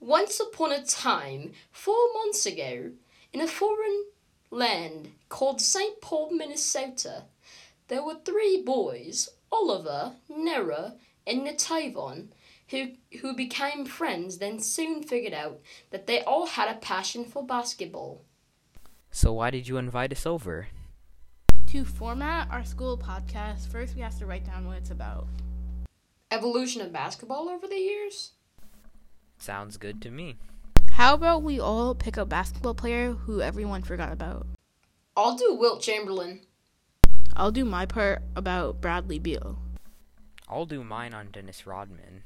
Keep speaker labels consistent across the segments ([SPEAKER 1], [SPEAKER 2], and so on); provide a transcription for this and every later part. [SPEAKER 1] Once upon a time, four months ago, in a foreign land called St. Paul, Minnesota, there were three boys, Oliver, Nera, and Natavon, who, who became friends, then soon figured out that they all had a passion for basketball.
[SPEAKER 2] So why did you invite us over?
[SPEAKER 3] To format our school podcast, first we have to write down what it's about.
[SPEAKER 1] Evolution of basketball over the years?
[SPEAKER 2] Sounds good to me.
[SPEAKER 3] How about we all pick a basketball player who everyone forgot about?
[SPEAKER 1] I'll do Wilt Chamberlain.
[SPEAKER 3] I'll do my part about Bradley Beal.
[SPEAKER 2] I'll do mine on Dennis Rodman.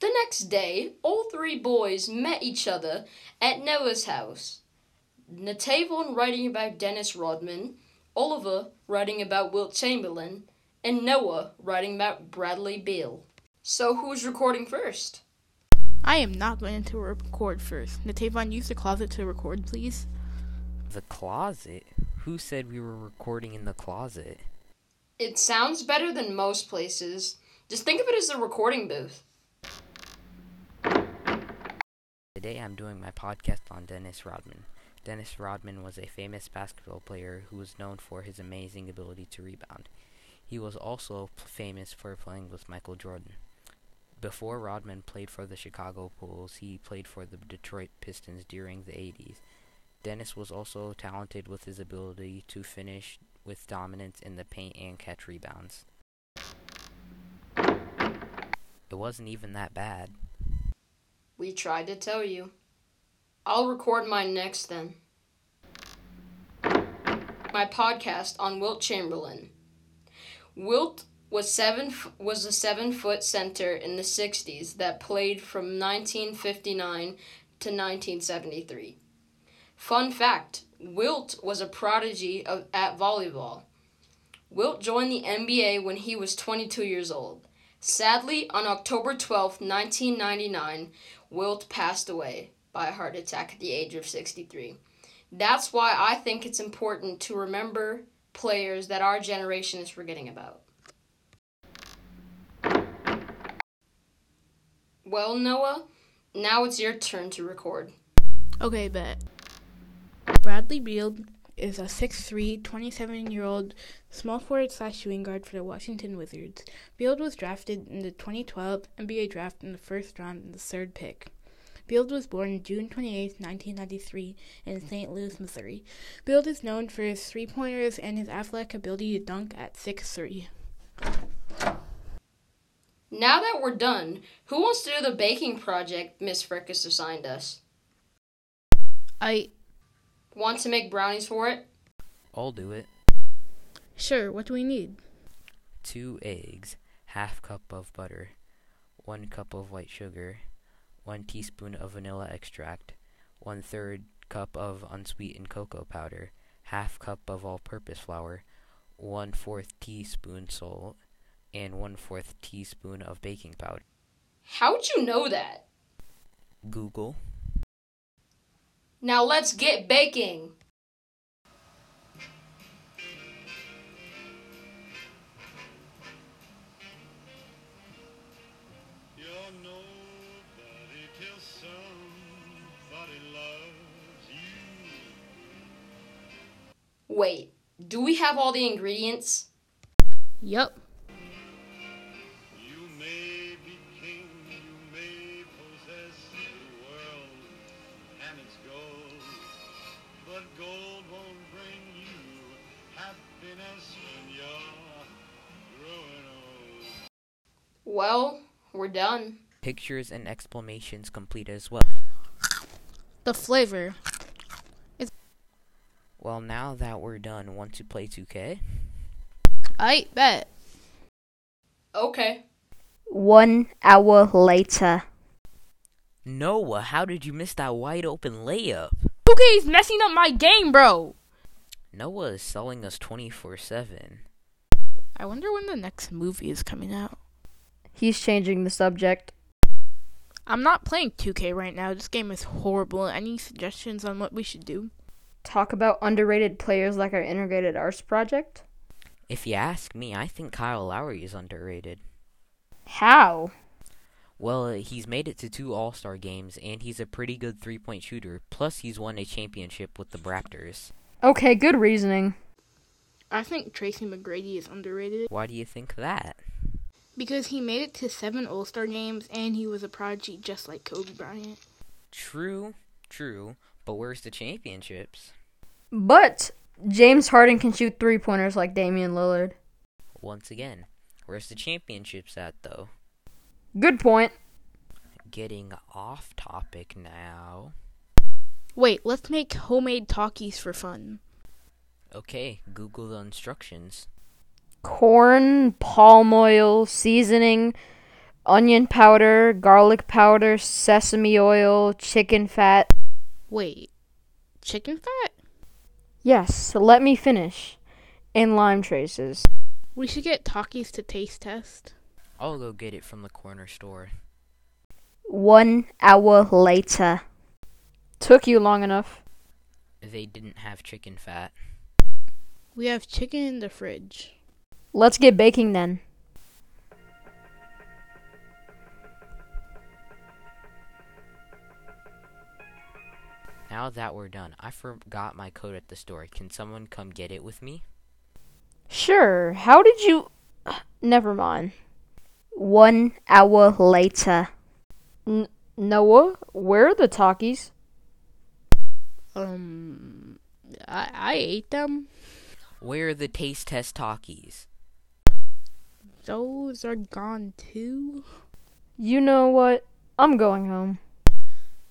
[SPEAKER 1] The next day, all three boys met each other at Noah's house. Natavon writing about Dennis Rodman, Oliver writing about Wilt Chamberlain, and Noah writing about Bradley Beal. So who's recording first?
[SPEAKER 3] I am not going to record first. Natavon, use the closet to record, please.
[SPEAKER 2] The closet? Who said we were recording in the closet?
[SPEAKER 1] It sounds better than most places. Just think of it as a recording booth.
[SPEAKER 2] Today I'm doing my podcast on Dennis Rodman. Dennis Rodman was a famous basketball player who was known for his amazing ability to rebound. He was also p- famous for playing with Michael Jordan. Before Rodman played for the Chicago Bulls, he played for the Detroit Pistons during the 80s. Dennis was also talented with his ability to finish with dominance in the paint and catch rebounds. It wasn't even that bad.
[SPEAKER 1] We tried to tell you. I'll record mine next then. My podcast on Wilt Chamberlain. Wilt was seven f- was a seven foot center in the '60s that played from 1959 to 1973. Fun fact: Wilt was a prodigy of, at volleyball. Wilt joined the NBA when he was 22 years old. Sadly, on October 12, 1999, Wilt passed away by a heart attack at the age of 63. That's why I think it's important to remember players that our generation is forgetting about. Well, Noah, now it's your turn to record.
[SPEAKER 3] Okay, bet. Bradley Beal is a 6'3, 27 year old small forward slash shooting guard for the Washington Wizards. Beal was drafted in the 2012 NBA draft in the first round in the third pick. Beal was born June 28, 1993, in St. Louis, Missouri. Beal is known for his three pointers and his athletic ability to dunk at 6'3.
[SPEAKER 1] Now that we're done, who wants to do the baking project Miss Frickus assigned us?
[SPEAKER 3] I.
[SPEAKER 1] Want to make brownies for it?
[SPEAKER 2] I'll do it.
[SPEAKER 3] Sure, what do we need?
[SPEAKER 2] Two eggs, half cup of butter, one cup of white sugar, one teaspoon of vanilla extract, one third cup of unsweetened cocoa powder, half cup of all purpose flour, one fourth teaspoon salt, and one fourth teaspoon of baking powder.
[SPEAKER 1] How'd you know that?
[SPEAKER 2] Google.
[SPEAKER 1] Now let's get baking!
[SPEAKER 4] You're nobody till somebody loves you.
[SPEAKER 1] Wait, do we have all the ingredients?
[SPEAKER 3] Yup.
[SPEAKER 4] You may be king, you may possess the world and its gold, but gold won't bring you happiness when you're growing old.
[SPEAKER 1] Well, we're done.
[SPEAKER 2] Pictures and explanations complete as well.
[SPEAKER 3] The flavor.
[SPEAKER 2] Well, now that we're done, want to play 2K?
[SPEAKER 3] I bet.
[SPEAKER 1] Okay.
[SPEAKER 5] One hour later.
[SPEAKER 2] Noah, how did you miss that wide open layup?
[SPEAKER 3] 2K is messing up my game, bro!
[SPEAKER 2] Noah is selling us 24 7.
[SPEAKER 3] I wonder when the next movie is coming out.
[SPEAKER 5] He's changing the subject.
[SPEAKER 3] I'm not playing 2K right now. This game is horrible. Any suggestions on what we should do?
[SPEAKER 5] Talk about underrated players like our integrated arts project?
[SPEAKER 2] If you ask me, I think Kyle Lowry is underrated.
[SPEAKER 5] How?
[SPEAKER 2] Well, uh, he's made it to two All Star games, and he's a pretty good three point shooter. Plus, he's won a championship with the Raptors.
[SPEAKER 1] Okay, good reasoning.
[SPEAKER 3] I think Tracy McGrady is underrated
[SPEAKER 2] Why do you think that?
[SPEAKER 3] because he made it to seven All Star games and he was a prodigy just like Kobe Bryant.
[SPEAKER 2] True, true, but where's the championships?
[SPEAKER 1] But James Harden can shoot three pointers like Damian Lillard.
[SPEAKER 2] Once again, where's the championships at, though?
[SPEAKER 1] Good point.
[SPEAKER 2] Getting off topic now.
[SPEAKER 3] Wait, let's make homemade talkies for fun.
[SPEAKER 2] Okay, Google the instructions.
[SPEAKER 1] Corn, palm oil, seasoning, onion powder, garlic powder, sesame oil, chicken fat.
[SPEAKER 3] Wait, chicken fat?
[SPEAKER 1] Yes, let me finish. And lime traces.
[SPEAKER 3] We should get talkies to taste test.
[SPEAKER 2] I'll go get it from the corner store.
[SPEAKER 1] One hour later. Took you long enough.
[SPEAKER 2] They didn't have chicken fat.
[SPEAKER 3] We have chicken in the fridge.
[SPEAKER 1] Let's get baking then.
[SPEAKER 2] Now that we're done, I forgot my coat at the store. Can someone come get it with me?
[SPEAKER 1] Sure, how did you. Never mind. One hour later. N- Noah, where are the talkies?
[SPEAKER 3] Um, I, I ate them.
[SPEAKER 2] Where are the taste test talkies?
[SPEAKER 3] Those are gone too.
[SPEAKER 1] You know what? I'm going home.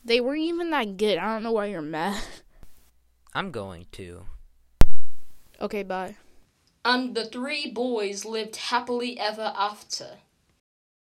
[SPEAKER 3] They weren't even that good. I don't know why you're mad.
[SPEAKER 2] I'm going to.
[SPEAKER 3] Okay, bye.
[SPEAKER 6] And the three boys lived happily ever after.